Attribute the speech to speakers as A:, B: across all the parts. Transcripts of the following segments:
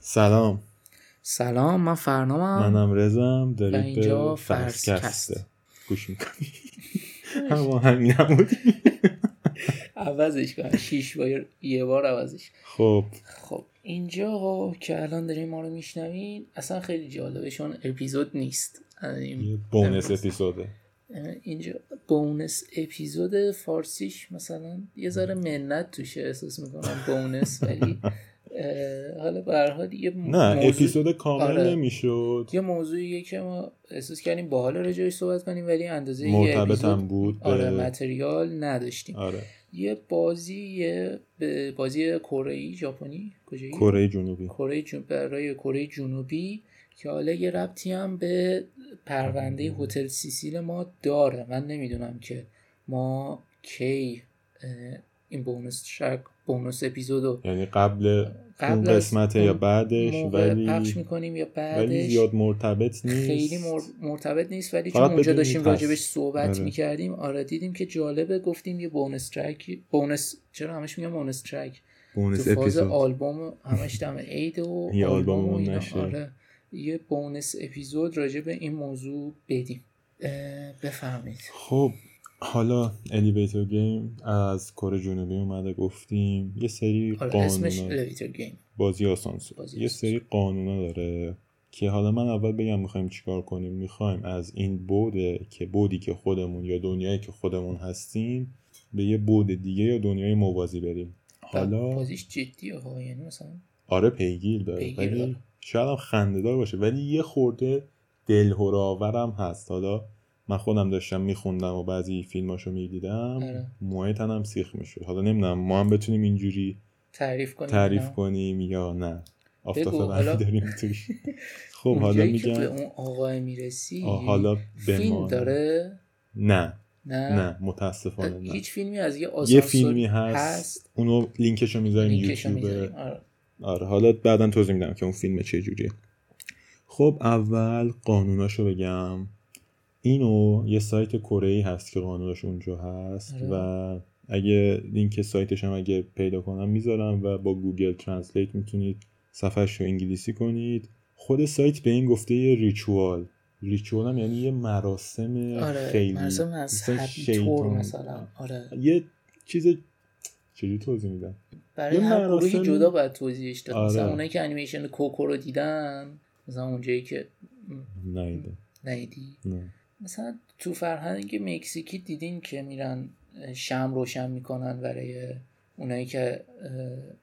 A: سلام
B: سلام من فرنامم
A: منم رزم
B: و
A: دارید
B: اینجا
A: به
B: فرس
A: فرسکسته
B: کست
A: گوش میکنی اما همین هم بود
B: عوضش کن شیش بار یه بار عوضش
A: خب
B: خب اینجا که الان داریم ما رو میشنوین اصلا خیلی جالبه چون اپیزود نیست از این-
A: یه بونس اپیزوده
B: اینجا بونس اپیزود فارسیش مثلا یه ذره منت توشه احساس میکنم بونس ولی اه، حالا به هر حال یه
A: نه
B: موضوع-
A: اپیزود کامل
B: آره.
A: نمیشد
B: یه موضوعیه که ما احساس کردیم باحال راجعش صحبت کنیم ولی اندازه یه
A: مرتبط
B: اپیزود
A: هم بود به-
B: آره متریال نداشتیم
A: آره
B: یه بازی یه به- بازی کره ای ژاپنی کجایی
A: کره جنوبی
B: کره جن... برای کره جنوبی که حالا یه ربطی هم به پرونده هتل سیسیل ما داره من نمیدونم که ما کی اه، این بونus شک بونس اپیزودو
A: یعنی قبل اون
B: قبل از
A: قسمت یا
B: اون
A: بعدش
B: موقع پخش
A: ولی
B: میکنیم یا
A: ولی
B: بعدش
A: زیاد مرتبط نیست
B: خیلی مر- مرتبط نیست ولی چون
A: فقط
B: اونجا
A: بدونید
B: داشتیم
A: هست.
B: راجبش صحبت
A: آره.
B: میکردیم آره دیدیم که جالبه گفتیم یه بونس ترک بونس چرا همش میگم بونس ترک
A: بونس
B: تو فاز
A: اپیزود
B: آلبوم همش دم عید و
A: یه آلبوم
B: و
A: اون
B: اینا.
A: نشه.
B: آره یه بونس اپیزود راجع به این موضوع بدیم اه، بفهمید
A: خب حالا الیویتور گیم از کره جنوبی اومده گفتیم یه سری
B: حالا آره، اسمش
A: قانون
B: الیویتور گیم
A: بازی آسانسور
B: بازی
A: یه
B: آسانسور.
A: سری قانونا داره که حالا من اول بگم میخوایم چیکار کنیم میخوایم از این بوده که بودی که خودمون یا دنیایی که خودمون هستیم به یه بود دیگه یا دنیای موازی بریم
B: بله،
A: حالا
B: بازیش جدیه ها یعنی مثلا
A: آره پیگیر داره
B: پیگیر
A: ولی
B: داره.
A: شاید هم خندهدار باشه ولی یه خورده دلهوراورم هست حالا من خودم داشتم میخوندم و بعضی فیلماشو میدیدم
B: آره.
A: موهای تنم سیخ میشد حالا نمیدونم ما هم بتونیم اینجوری
B: تعریف کنیم
A: تعریف
B: نه.
A: کنیم یا نه آفتاب
B: بگو، حالا.
A: بعدی داریم توش خب حالا
B: اونجایی که به
A: میگم
B: اون آقای میرسی
A: آه، حالا
B: فیلم
A: بمان
B: داره
A: نه
B: نه
A: نه متاسفانه نه
B: هیچ فیلمی از یه آسانسور
A: یه فیلمی هست, اونو لینکشو میذاریم
B: لینکشو
A: یوتیوب
B: می‌ذاریم. آره.
A: آره حالا بعدا توضیح میدم که اون فیلم چه جوریه خب اول قانوناشو بگم اینو یه سایت کره ای هست که قانوناش اونجا هست
B: آره.
A: و اگه لینک سایتش هم اگه پیدا کنم میذارم و با گوگل ترنسلیت میتونید صفحش رو انگلیسی کنید خود سایت به این گفته یه ریچوال ریچوال هم یعنی یه مراسم
B: آره
A: خیلی
B: مراسم
A: مثلا
B: مذهبی
A: شیطان.
B: طور مثلا آره
A: یه چیز چجوری توضیح میدم
B: برای
A: یه
B: هر گروهی
A: مراسم-
B: جدا باید توضیحش داد
A: آره.
B: مثلا اونایی که انیمیشن کوکو رو دیدن مثلا اونجایی که
A: نایده
B: ندیدی
A: نه
B: مثلا تو فرهنگ مکزیکی دیدین که میرن شم روشن میکنن برای اونایی که اه،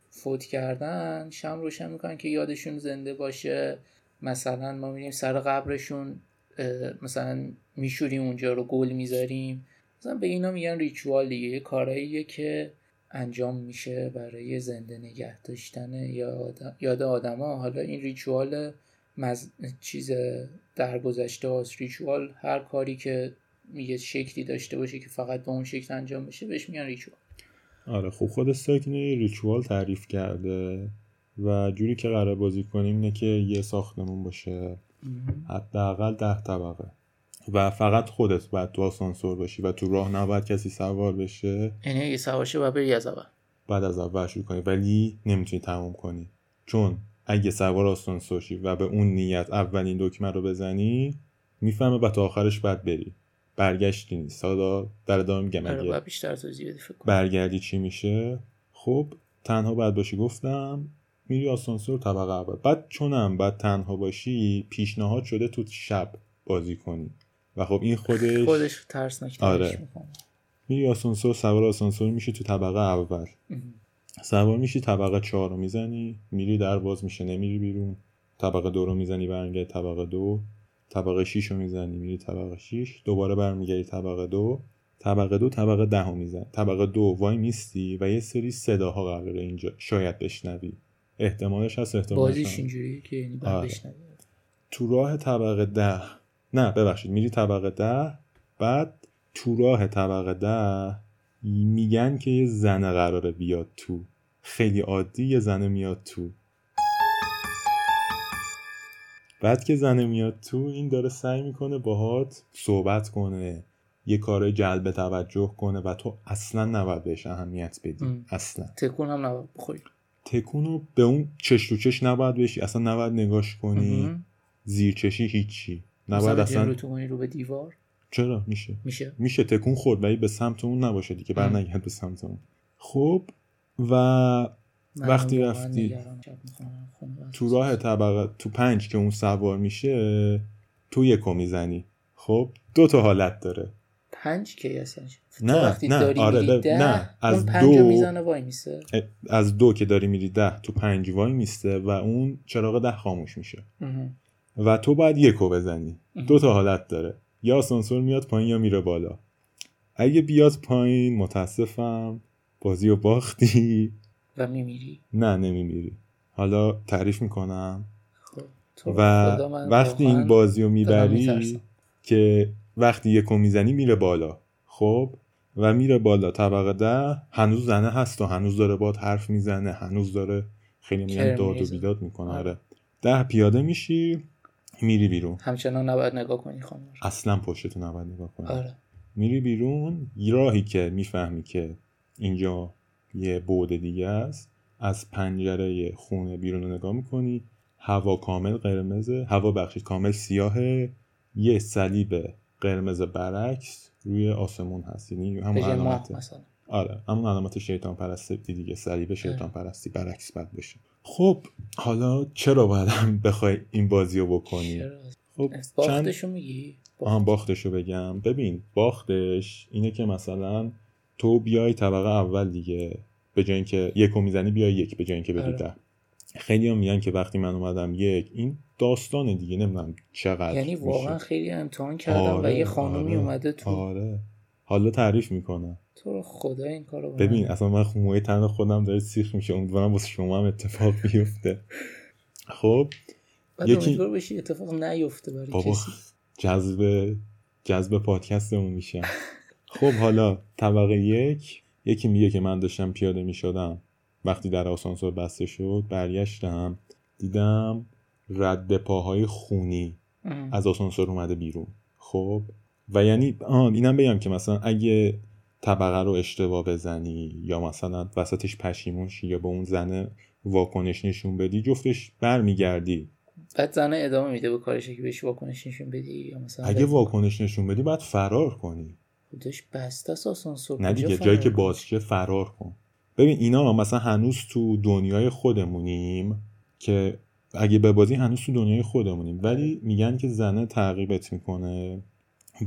B: فوت کردن شم روشن میکنن که یادشون زنده باشه مثلا ما میریم سر قبرشون اه، مثلا میشوریم اونجا رو گل میذاریم مثلا به اینا میگن ریچوال دیگه یه کاراییه که انجام میشه برای زنده نگه داشتن یا آدم- یاد آدما حالا این ریچوال مز... چیز درگذشته هاست ریچوال هر کاری که یه شکلی داشته باشه که فقط به اون شکل انجام بشه بهش میگن ریچوال
A: آره خب خود سایت اینو یه ریچوال تعریف کرده و جوری که قرار بازی کنیم اینه که یه ساختمون باشه حداقل ده طبقه و فقط خودت باید تو آسانسور باشی و تو راه نباید کسی سوار بشه
B: یعنی اگه سوارشه و بری از اول
A: بعد از اول شروع کنی ولی نمیتونی تموم کنی چون اگه سوار آسانسور شی و به اون نیت اولین دکمه رو بزنی میفهمه و تا آخرش باید بری برگشتی نیست حالا در ادامه میگم
B: آره
A: اگه
B: باید بیشتر توضیح بدی فکر کنم
A: برگردی چی میشه خب تنها باید باشی گفتم میری آسانسور طبقه اول بعد چونم بعد تنها باشی پیشنهاد شده تو شب بازی کنی و خب این خودش,
B: خودش ترسناک ترش
A: آره.
B: میکنه
A: میری آسانسور سوار آسانسور میشی تو طبقه اول سوار میشی طبقه چهار رو میزنی میری در باز میشه نمیری بیرون طبقه دو رو میزنی برمیگردی طبقه دو طبقه 6 رو میزنی میری طبقه 6 دوباره برمیگردی طبقه دو طبقه دو طبقه ده رو میزن طبقه دو وای میستی و یه سری صداها قراره اینجا شاید بشنوی احتمالش هست احتمالش
B: بازیش
A: هم.
B: اینجوریه که یعنی باید
A: آره.
B: بشنوی.
A: تو راه طبقه ده نه ببخشید میری طبقه ده بعد تو راه طبقه ده میگن که یه زنه قراره بیاد تو خیلی عادی یه زنه میاد تو بعد که زنه میاد تو این داره سعی میکنه باهات صحبت کنه یه کارای جلب توجه کنه و تو اصلا نباید بهش اهمیت بدی
B: ام.
A: اصلا
B: تکون هم نباید بخوری
A: تکون رو به اون چش تو چش نباید بشی اصلا نباید نگاش کنی
B: مهم.
A: زیر چشی هیچی
B: مثلا
A: نباید
B: رو
A: اصلا
B: تو کنی رو به دیوار
A: چرا میشه
B: میشه
A: میشه تکون خورد ولی به سمت اون نباشه دیگه بر
B: مم.
A: نگرد به سمت اون خب و
B: من
A: وقتی
B: واقعاً
A: رفتی
B: نگرانم. شب می‌خوام خونه بس.
A: تو راه طبقه تو پنج که اون سوار میشه تو یکو میزنی خب دو تا حالت داره
B: پنج کی اصلا
A: نه،
B: تو وقتی
A: نه،
B: داری
A: آره،
B: میری
A: ده-
B: ده
A: نه، از
B: اون پنج رو
A: دو-
B: میزنه وای میسه
A: اه، از دو که داری میری ده تو پنج وای میسته و اون چراغ ده خاموش میشه
B: مهم.
A: و تو باید یکو بزنی
B: مهم.
A: دو تا حالت داره یا آسانسور میاد پایین یا میره بالا اگه بیاد پایین متاسفم بازی رو باختی
B: و میمیری
A: نه نمیمیری حالا تعریف میکنم
B: خب تو
A: و
B: رو خدا من
A: وقتی
B: واقعاً
A: این بازی رو میبری
B: می‌ترسم.
A: که وقتی یکو میزنی میره بالا خب و میره بالا طبقه ده هنوز زنه هست و هنوز داره باد حرف میزنه هنوز داره خیلی میگن
B: کرم
A: داد و
B: می‌ریزه.
A: بیداد میکنه
B: آره.
A: آره ده پیاده میشی میری بیرون
B: همچنان نباید نگاه کنی خانم رو.
A: اصلا پشتتو نباید نگاه کنی
B: آره
A: میری بیرون یه راهی که میفهمی که اینجا یه بعد دیگه است از پنجره خونه بیرون رو نگاه میکنی هوا کامل قرمزه هوا بخشید کامل سیاهه یه صلیب قرمز برعکس روی آسمون هست یعنی همون
B: به ماه
A: علامته
B: مثلا آره.
A: آره همون علامت شیطان پرستی دیگه صلیب شیطان پرستی برعکس بد بشه خب حالا چرا باید هم بخوای این بازی رو بکنی
B: چرا؟
A: خب چند
B: باختشو میگی
A: آها باختش رو بگم ببین باختش اینه که مثلا تو بیای طبقه اول دیگه به جای اینکه یکو میزنی بیای یک به جای اینکه بدی
B: آره.
A: ده خیلی هم میگن که وقتی من اومدم یک این داستان دیگه نمیدونم چقدر
B: یعنی
A: میشه.
B: واقعا خیلی امتحان کردم و
A: آره،
B: یه خانومی
A: آره،
B: اومده تو
A: آره حالا تعریف میکنم
B: تو رو خدا این کارو به من
A: ببین اصلا من موی تن خودم داره سیخ میشه امیدوارم واسه شما هم اتفاق بیفته خب
B: بعد
A: یکی-
B: امیدوار بشی اتفاق نیفته برای
A: بابا
B: کسی
A: جذب جذب پادکستمون میشم خب حالا طبقه یک یکی میگه که من داشتم پیاده میشدم وقتی در آسانسور بسته شد برگشتم دیدم رد پاهای خونی
B: ام.
A: از آسانسور اومده بیرون خب و یعنی آه اینم بگم که مثلا اگه طبقه رو اشتباه بزنی یا مثلا وسطش پشیمون شی یا به اون زنه واکنش نشون بدی جفتش برمیگردی
B: بعد زنه ادامه میده به کارش که بهش واکنش نشون بدی یا مثلا
A: اگه واکنش نشون بدی باید فرار کنی
B: خودش بسته است آسانسور
A: نه
B: کجا
A: دیگه
B: فرار
A: جایی که
B: کنی؟
A: باز شه فرار کن ببین اینا مثلا هنوز تو دنیای خودمونیم که اگه به بازی هنوز تو دنیای خودمونیم
B: آره.
A: ولی میگن که زنه تعقیبت میکنه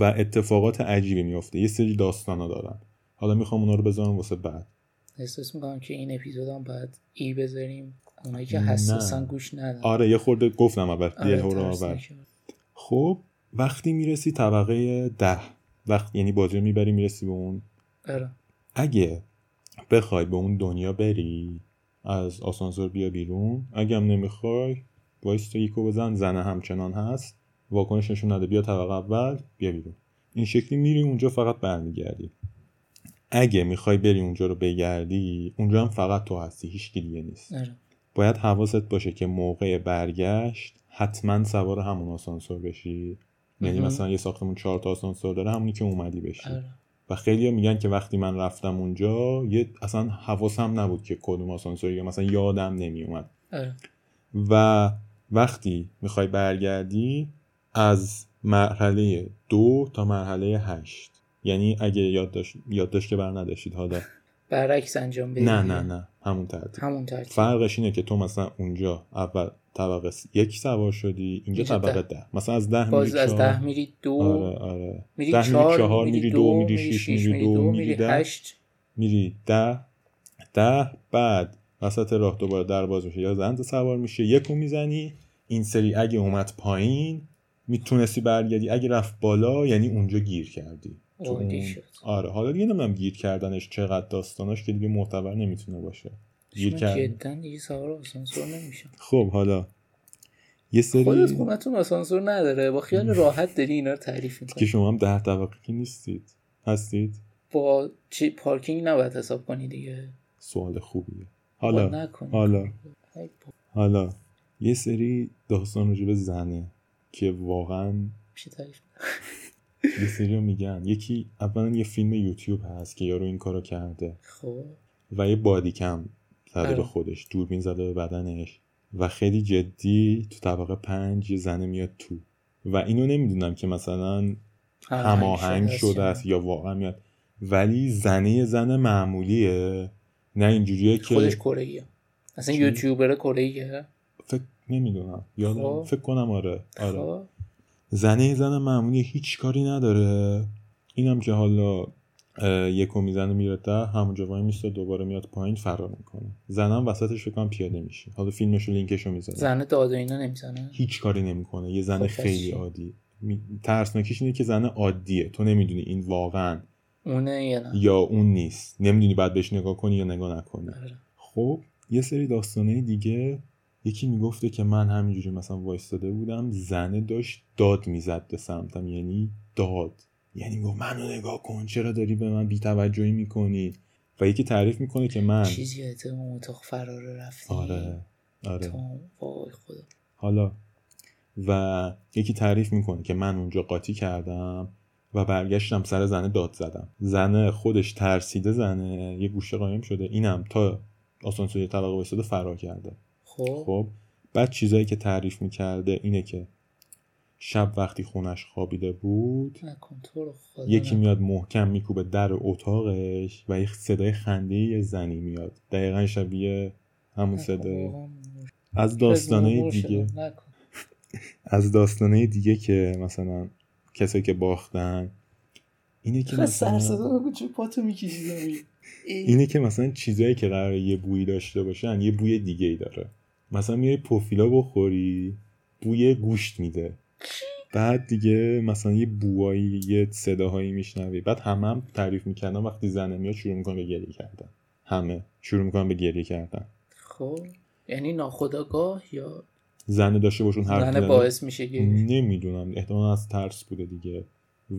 A: و اتفاقات عجیبی میفته یه سری داستانا دارن حالا میخوام اونا رو بذارم واسه بعد
B: احساس میکنم که این اپیزود هم باید ای بذاریم اونایی که
A: نه.
B: حساسن گوش ندن
A: آره یه خورده گفتم اول
B: آره،
A: یه هورا اول
B: ترسناکه.
A: خب وقتی میرسی طبقه ده وقت یعنی بازی رو میبری میرسی به اون
B: آره
A: اگه بخوای به اون دنیا بری از آسانسور بیا بیرون اگه هم نمیخوای وایس یکو بزن زنه همچنان هست واکنش نشون نده بیا طبقه اول بیا بیرون این شکلی میری اونجا فقط برمیگردی اگه میخوای بری اونجا رو بگردی اونجا هم فقط تو هستی هیچ دیگه نیست
B: آره
A: باید حواست باشه که موقع برگشت حتما سوار همون آسانسور بشی یعنی
B: مهم.
A: مثلا یه ساختمون چهار تا آسانسور داره همونی که اومدی بشی
B: آره
A: و خیلی میگن که وقتی من رفتم اونجا یه اصلا حواسم نبود که کدوم آسانسوری یا مثلا یادم نمیومد
B: آره
A: و وقتی میخوای برگردی از مرحله دو تا مرحله هشت یعنی اگه یادداشت یادداشت که بر نداشتید حالا
B: برعکس انجام بدی
A: نه نه نه همون ترتیب
B: همون ترتیب
A: فرقش اینه که تو مثلا اونجا اول طبقه س- یک سوار شدی اینجا
B: اینجا
A: طبقه
B: ده.
A: ده مثلا از ده
B: باز
A: میری
B: از
A: چهار.
B: ده میری دو
A: آره آره
B: میری
A: ده میری
B: چهار,
A: چهار،
B: میری
A: میری
B: دو,
A: دو، میری شیش، میری دو، میری
B: میری
A: ده.
B: هشت
A: میری ده ده بعد وسط راه دوباره در باز میشه یا زند سوار میشه یکو میزنی این سری اگه اومد پایین میتونستی برگردی اگه رفت بالا یعنی اونجا گیر کردی تو
B: عادی
A: اون-
B: شد.
A: آره حالا دیگه نمیدونم گیر کردنش چقدر داستاناش که دیگه معتبر نمیتونه باشه گیر
B: من
A: کرد
B: جدا دیگه سوار آسانسور نمیشم
A: خب حالا یه سری
B: خودت خونتون آسانسور نداره با خیال راحت داری اینا رو تعریف
A: که
B: میکنی
A: شما هم ده طبقه که نیستید هستید
B: با چی پارکینگ نباید حساب کنی دیگه
A: سوال خوبیه
B: حالا
A: حالا حالا حالا یه سری داستان راجع به زنه که واقعا
B: میشه تعریف
A: یه سری رو میگن یکی اولا یه فیلم یوتیوب هست که یارو این کارو کرده
B: خب
A: و یه بادیکم زده به خودش دوربین زده به بدنش و خیلی جدی تو طبقه پنج یه زنه میاد تو و اینو نمیدونم که مثلا هماهنگ شده است یا واقعا میاد ولی زنه زن معمولیه نه اینجوریه که
B: خودش کره اصلا یوتیوبر کره
A: فکر نمیدونم یادم خواه. فکر کنم آره آره
B: خب.
A: خواه. زنه زن معمولی هیچ کاری نداره اینم که حالا یکو میزنه میره ده همونجا وای میسته دوباره میاد پایین فرار میکنه زنم وسطش فکرم پیاده میشه حالا فیلمشو لینکشو میزنه
B: زنه داد اینا نمیزنه
A: هیچ کاری نمیکنه یه زن خیلی عادی می... ترسناکیش اینه که زن عادیه تو نمیدونی این واقعا
B: اونه یا نه
A: یا اون نیست نمیدونی بعد بهش نگاه کنی یا نگاه نکنی آره. خب یه سری داستانه دیگه یکی میگفته که من همینجوری مثلا وایستاده بودم زنه داشت داد میزد به سمتم یعنی داد یعنی گفت منو نگاه کن چرا داری به من بیتوجهی میکنی و یکی تعریف میکنه که من
B: چیزی اون اتاق فرار رفتی
A: آره آره وای خدا حالا و یکی تعریف میکنه که من اونجا قاطی کردم و برگشتم سر زنه داد زدم زنه خودش ترسیده زنه یه گوشه قایم شده اینم تا آسانسور طبقه وایستاده فرار کرده
B: خب
A: خب بعد چیزایی که تعریف میکرده اینه که شب وقتی خونش خوابیده بود یکی میاد محکم میکوبه در اتاقش و یه صدای خنده یه زنی میاد دقیقا شبیه همون
B: خب.
A: صدای از داستانه دیگه از داستانه دیگه که مثلا کسایی که باختن اینه که
B: خب،
A: مثلا اینه که مثلا چیزایی که قرار یه بویی داشته باشن یه بوی دیگه ای داره مثلا میای پوفیلا بخوری بوی گوشت میده بعد دیگه مثلا یه بوایی یه صداهایی میشنوی بعد همه هم تعریف میکردن وقتی زنه میاد شروع میکنن به گریه کردن همه شروع میکنن به گریه کردن
B: خب یعنی ناخداگاه یا
A: زنه داشته باشون
B: حرف زنه باعث میشه گریه
A: نمیدونم احتمالا از ترس بوده دیگه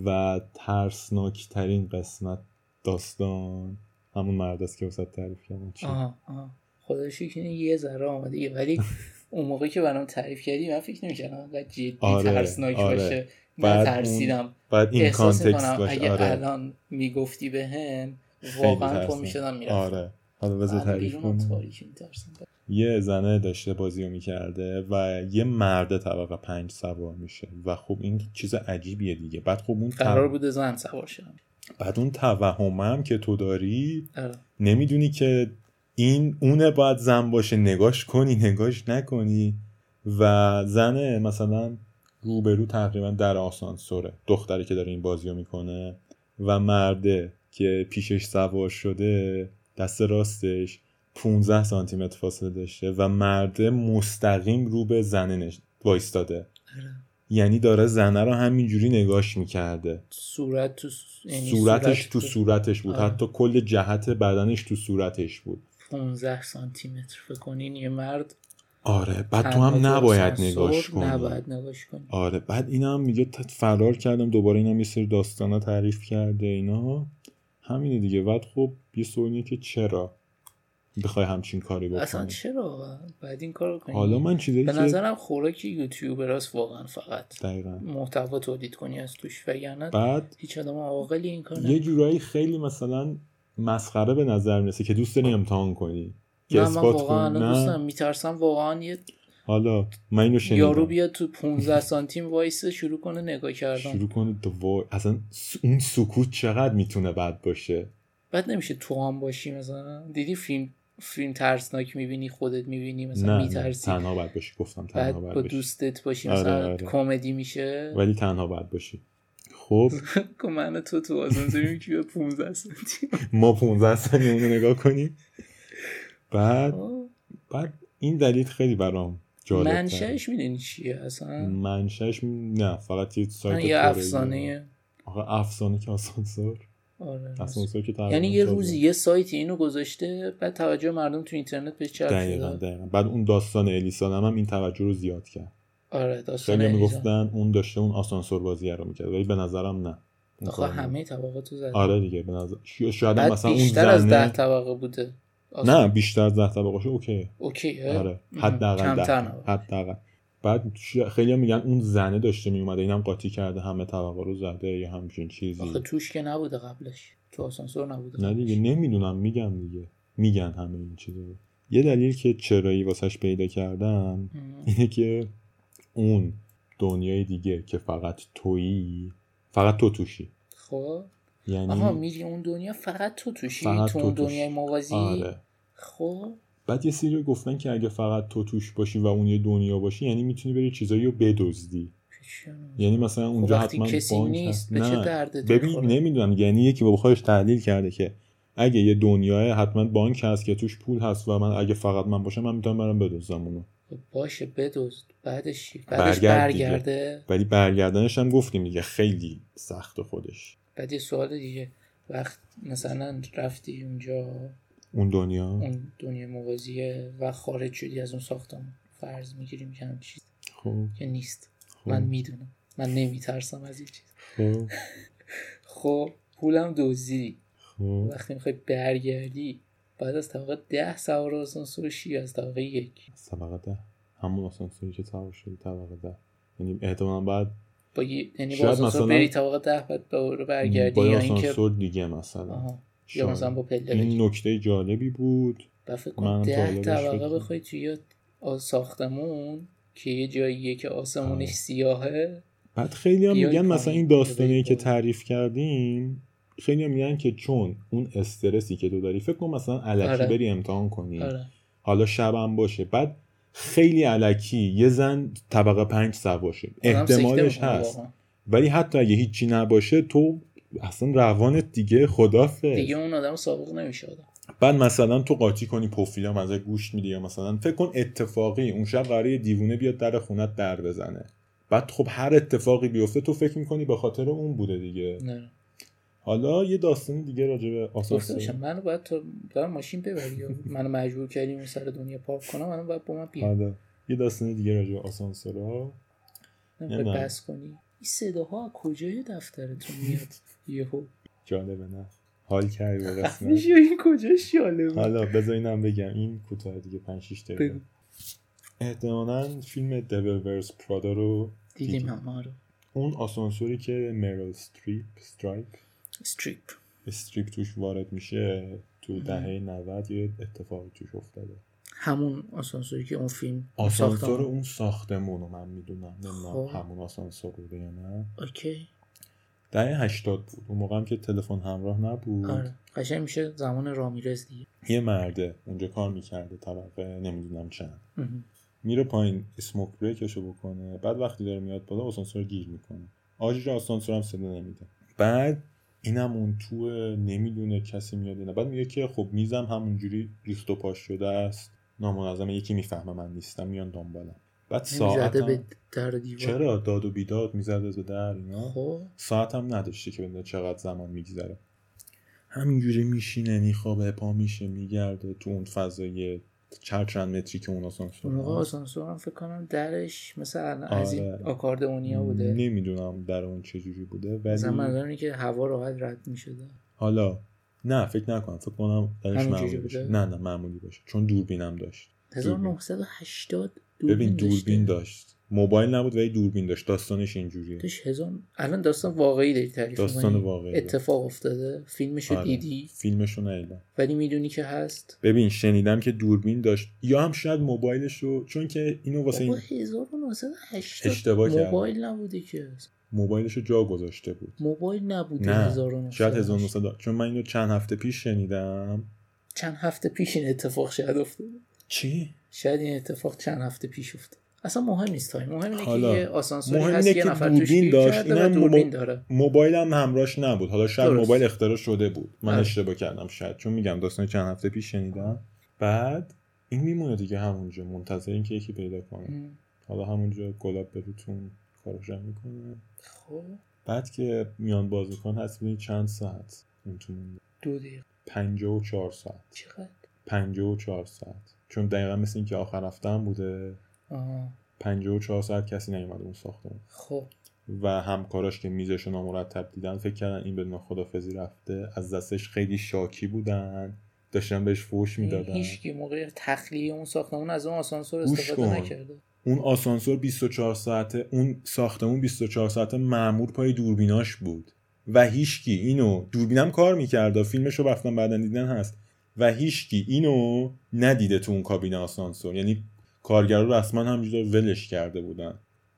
A: و ترسناکترین قسمت داستان همون مرد است که وسط تعریف کردن چی
B: آه آه. خودش یه ذره آمده ولی اون موقعی که برام تعریف کردی من فکر نمیکردم انقدر جدی آره، ترسناک آره. باشه من ترسیدم
A: بعد این
B: احساس
A: کانتکست باشه
B: اگه آره. الان میگفتی به هم واقعا تو میشدم میرفتم
A: آره حالا بذار تعریف یه زنه داشته بازی رو میکرده و یه مرد طبقه پنج سوار میشه و خب این چیز عجیبیه دیگه بعد خب اون
B: قرار بوده زن سوار شدم
A: بعد اون توهمم که تو داری
B: آره.
A: نمیدونی که این اونه باید زن باشه نگاش کنی نگاش نکنی و زنه مثلا روبرو تقریبا در آسانسوره دختری که داره این بازی رو میکنه و مرده که پیشش سوار شده دست راستش 15 سانتی متر فاصله داشته و مرده مستقیم رو به زنه وایستاده یعنی داره زنه رو همینجوری نگاش میکرده
B: صورت تو یعنی
A: صورتش صورت تو صورتش بود آه. حتی کل جهت بدنش تو صورتش بود
B: 15 سانتی متر فکر کنین یه مرد
A: آره بعد تو هم نباید نگاش کنی
B: نباید نگاش کنی
A: آره بعد اینم میگه فرار کردم دوباره اینم یه سری داستانا تعریف کرده اینا همینه دیگه بعد خب یه سوال که چرا بخوای همچین کاری بکنی
B: اصلا چرا باید این کار کنی
A: حالا من چیزایی
B: به نظرم خوراک یوتیوبراست واقعا فقط
A: دقیقاً
B: محتوا تولید کنی از توش وگرنه
A: بعد
B: هیچ آدم عاقلی این کار
A: یه جورایی خیلی مثلا مسخره به نظر میرسه که دوست داری امتحان کنی که
B: خب. من واقعا کن. دوستم میترسم واقعا یه
A: حالا من اینو شنیدم
B: یارو بیاد تو 15 سانتیم وایس شروع کنه نگاه کردن
A: شروع کنه دو اصلا اون سکوت چقدر میتونه بد باشه
B: بعد نمیشه تو هم باشی مثلا دیدی فیلم فیلم ترسناک میبینی خودت میبینی مثلا میترسی
A: تنها باید باشی گفتم تنها
B: بعد با دوستت باشی مثلا آره، کمدی آره. میشه
A: ولی تنها باید باشی خب
B: من تو تو آسانسوری که 15 سانتی
A: ما 15 سانتی اونو نگاه کنیم بعد بعد این دلیل خیلی برام جالب
B: منشأش میدونی چیه اصلا
A: منشأش نه فقط یه سایت
B: یه افسانه
A: آقا افسانه که آسانسور
B: آره
A: آسانسور که
B: یعنی یه روزی یه سایتی اینو گذاشته بعد توجه مردم تو اینترنت به چرخ
A: دقیقاً دقیقاً بعد اون داستان الیسان هم, هم این توجه رو زیاد کرد
B: آره داستان
A: خیلی میگفتن اون داشته اون آسانسور بازی رو میکرد ولی به نظرم نه
B: آخه همه طبقه تو زده
A: آره دیگه به نظر شاید مثلا اون
B: بیشتر از ده طبقه بوده
A: آسان. نه بیشتر از ده طبقه شو اوکی
B: اوکی
A: آره حداقل حداقل بعد خیلی هم میگن اون زنه داشته میومده اینم قاطی کرده همه طبقه رو زده یا همچین چیزی
B: آخه توش که نبوده قبلش تو آسانسور نبوده
A: نه دیگه نمیدونم میگم دیگه میگن همه این چیزا یه دلیل که چرایی واسش پیدا کردم اینه که اون دنیای دیگه که فقط تویی فقط تو توشی
B: خب
A: یعنی
B: آها میری اون دنیا فقط تو توشی
A: فقط
B: تو
A: تو
B: اون
A: توشی.
B: دنیای موازی
A: آره
B: خب
A: بعد یه سری گفتن که اگه فقط تو توش باشی و اون یه دنیا باشی یعنی میتونی بری چیزایی رو بدزدی
B: پیشون.
A: یعنی مثلا اونجا
B: خب وقتی
A: حتما
B: کسی
A: بانک
B: نیست
A: هست.
B: به چه
A: نه.
B: دردت
A: ببین
B: می‌خوره؟
A: نمیدونم یعنی یکی با خودش تحلیل کرده که اگه یه دنیای حتما بانک هست که توش پول هست و من اگه فقط من باشم من میتونم برم بدزدم اونو
B: خب باشه بدزد بعدش چی؟ بعدش
A: برگرد دیگه.
B: برگرده
A: ولی برگردنش هم گفتیم دیگه خیلی سخت خودش
B: بعد یه سوال دیگه وقت مثلا رفتی اونجا
A: اون دنیا
B: اون دنیا موازیه و خارج شدی از اون ساختمون فرض میگیریم که همین چیز
A: خب
B: که نیست
A: خب،
B: من میدونم من نمیترسم از این چیز
A: خب
B: خب پولم دزدیدی
A: خب
B: وقتی میخوای برگردی بعد از طبقه ده سوار آسانسور شی از طبقه یک
A: طبقه ده همون آسانسوری که سوار شدی طبقه ده یعنی احتمالاً بعد
B: با یه- یعنی با
A: شاید
B: آسانسور
A: مثلا-
B: بری طبقه ده بعد به رو برگردی
A: با
B: یا
A: یه
B: اینکه
A: آسانسور دیگه مثلا
B: آها. یا
A: شاید.
B: مثلا با پله بری
A: این نکته جالبی بود
B: و فکر
A: منم
B: کن ده
A: طالبش
B: طبقه
A: شدم.
B: بخوای توی یه آ- ساختمون که یه جاییه که آسمونش
A: آه.
B: سیاهه
A: بعد خیلی هم
B: بیای
A: میگن
B: پایین،
A: مثلا این
B: بیای
A: داستانی که
B: پایین.
A: تعریف کردیم خیلی هم میگن که چون اون استرسی که تو داری فکر کن مثلا علکی
B: آره.
A: بری امتحان کنی
B: آره
A: حالا شبم باشه بعد خیلی علکی یه زن طبقه پنج سوار شد
B: آدم سکته
A: احتمالش
B: می‌کنه
A: هست
B: واقعا.
A: ولی حتی اگه هیچی نباشه تو اصلا روانت دیگه خدافه
B: دیگه اون آدم سابق نمیشه آدم
A: بعد مثلا تو قاطی کنی پفیلا هم ازت گوش میدی یا مثلا فکر کن اتفاقی اون شب قراره یه دیوونه بیاد در خونت در بزنه بعد خب هر اتفاقی بیفته تو فکر میکنی به خاطر اون بوده دیگه
B: نه
A: حالا یه داستان دیگه راجع به
B: گفته
A: آسانسور
B: باشم منو باید تو دارم ماشین ببری یا منو مجبور کردی اون سر دنیا پارک کنم منو باید با من بیا
A: آره. یه داستان دیگه راجع به آسانسورها
B: نمی‌خوای
A: نمی‌دونم.
B: بس کنی این صداها از کجای دفترتون میاد یهو
A: جالبه نه حال کردی با قسمت
B: میشه این کجا شاله
A: حالا بذار اینم بگم این کوتاه دیگه 5 6 دقیقه
B: بگو.
A: احتمالاً فیلم دیویل ورس پرادا رو
B: دیدیم هم آره
A: اون آسانسوری که مریل استریپ استرایپ
B: استریپ
A: استریپ توش وارد میشه تو دهه 90 یه اتفاقی توش افتاده
B: همون آسانسوری که اون فیلم
A: آسانسور
B: ساختم.
A: اون ساختمون رو من میدونم نمیدونم
B: خب.
A: همون آسانسور بوده یا نه
B: اوکی
A: دهه 80 بود اون موقع هم که تلفن همراه نبود
B: آره قشنگ میشه زمان رامیرز دیگه
A: یه مرده اونجا کار میکرده طبقه نمیدونم چند
B: اه.
A: میره پایین اسموک بریکشو بکنه بعد وقتی داره میاد بالا آسانسور گیر میکنه آجر آسانسور هم صدا نمیده بعد اینم اون تو نمیدونه کسی میاد یا نه بعد میگه که خب میزم همونجوری ریخت و پاش شده است نامنظمه یکی میفهمه من نیستم میان دنبالم بعد
B: نمی‌زده
A: ساعتم
B: به در دیوار
A: چرا داد و بیداد میزده به در اینا
B: خب
A: ساعتم نداشته که بدونه چقدر زمان میگذره همینجوری میشینه میخوابه پا میشه میگرده تو اون فضای چند چند متری که اون
B: اون موقع
A: آسانسور هست.
B: آسانسور هم فکر کنم درش مثل الان از این
A: آره.
B: آکاردئونیا بوده
A: نمیدونم در اون چجوری بوده
B: مثلا
A: ولی
B: منظورم اینه که هوا راحت رد میشده
A: حالا نه فکر نکنم فکر کنم درش
B: همینجوری
A: معمولی
B: بوده؟
A: باشه نه نه معمولی باشه چون دوربینم داشت
B: 1980 دوربین
A: ببین دوربین
B: داشته.
A: داشت موبایل نبود ولی دوربین داشت داستانش اینجوریه
B: داشت هزار الان داستان واقعی داری تعریف
A: داستان
B: می‌کنی.
A: واقعی
B: اتفاق افتاده فیلمشو
A: آره.
B: دیدی
A: فیلمشو ندیدم
B: ولی میدونی که هست
A: ببین شنیدم که دوربین داشت یا هم شاید موبایلش رو چون که اینو واسه
B: بابا
A: این
B: 1980
A: اشتباه کردم.
B: موبایل نبوده که
A: موبایلش رو جا گذاشته بود
B: موبایل نبوده
A: نه
B: 1980
A: شاید 1900 چون من اینو چند هفته پیش شنیدم
B: چند هفته پیش این اتفاق شاید افتاده
A: چی
B: شاید این اتفاق چند هفته پیش افتاده اصلا مهم نیست تایم مهم اینه که
A: حالا.
B: یه آسانسوری
A: مهم
B: هست
A: اینه
B: یه
A: که
B: نفر توش
A: دوربین
B: گیر
A: داشت.
B: کرده و
A: اینم
B: دوربین
A: مو-
B: داره
A: موبایلم همراش نبود حالا شاید
B: درست.
A: موبایل اختراع شده بود من
B: آره.
A: اشتباه کردم شاید چون میگم داستان چند هفته پیش شنیدم بعد این میمونه دیگه همونجا منتظر اینکه یکی پیدا کنه
B: ام.
A: حالا همونجا گلاب بهتون کارش میکنه
B: خب
A: بعد که میان بازیکن هست ببینید چند ساعت اون تو مونده
B: دو دقیقه
A: 54 ساعت
B: چقدر
A: 54 ساعت چون دقیقا مثل اینکه آخر هفته هم بوده
B: آه.
A: 54 ساعت کسی نیومده اون ساختمون
B: خب
A: و همکاراش که میزش رو نامرتب دیدن فکر کردن این بدون خدافزی رفته از دستش خیلی شاکی بودن داشتن بهش فوش میدادن
B: هیچ موقع تخلیه اون ساختمون از اون آسانسور
A: گوش
B: استفاده
A: کن.
B: نکرده
A: اون آسانسور 24 ساعته اون ساختمون 24 ساعته معمور پای دوربیناش بود و هیچکی اینو دوربینم کار میکرد فیلمش رو رفتم بعدن دیدن هست و هیچکی اینو ندیده تو اون کابین آسانسور یعنی کارگرا رسما همینجوری ولش کرده بودن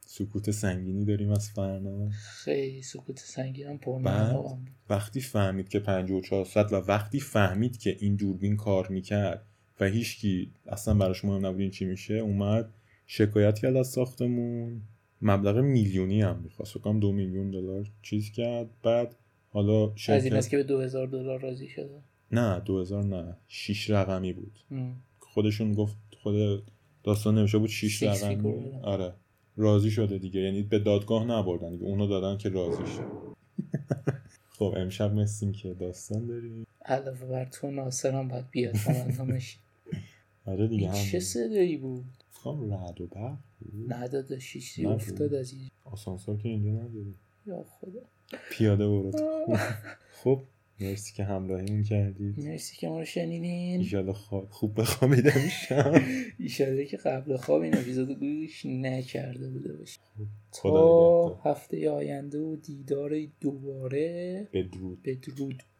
A: سکوت سنگینی داریم از فرنا
B: خیلی سکوت سنگینم
A: بعد
B: پرمعنام بود.
A: وقتی فهمید که 54 ساعت و وقتی فهمید که این دوربین کار میکرد و هیچکی اصلا براش مهم نبود این چی میشه اومد شکایت کرد از ساختمون مبلغ میلیونی هم میخواست بکنم دو میلیون دلار چیز کرد بعد حالا
B: از این
A: شرکت
B: است که به 2000 دلار راضی شده
A: نه 2000 نه 6 رقمی بود
B: ام.
A: خودشون گفت خود داستان نوشته بود 6
B: Six
A: رقم
B: figure
A: بود.
B: بودن.
A: آره راضی شده دیگه یعنی به دادگاه نبردن دیگه اونو دادن که راضی شه خب امشب مسیم که داستان داریم
B: علاوه بر تو ناصرم باید بیاد تمنامش
A: آره دیگه
B: این چه
A: هم
B: صدایی بود
A: خب رعد و برق بود.
B: نه داداش چیزی
A: نبود.
B: افتاد از این
A: آسانسور که اینجا نداره
B: یا خدا
A: پیاده برو خب مرسی که همراهیمون کردید
B: مرسی که ما رو شنیدین
A: ایشالا خواب خوب بخوابید امشب
B: ایشالله که قبل خواب این اپیزود رو گوش نکرده بوده باشه
A: خدا
B: تا
A: نگهدار
B: هفته آینده و دیدار دوباره
A: بدرود
B: بدرود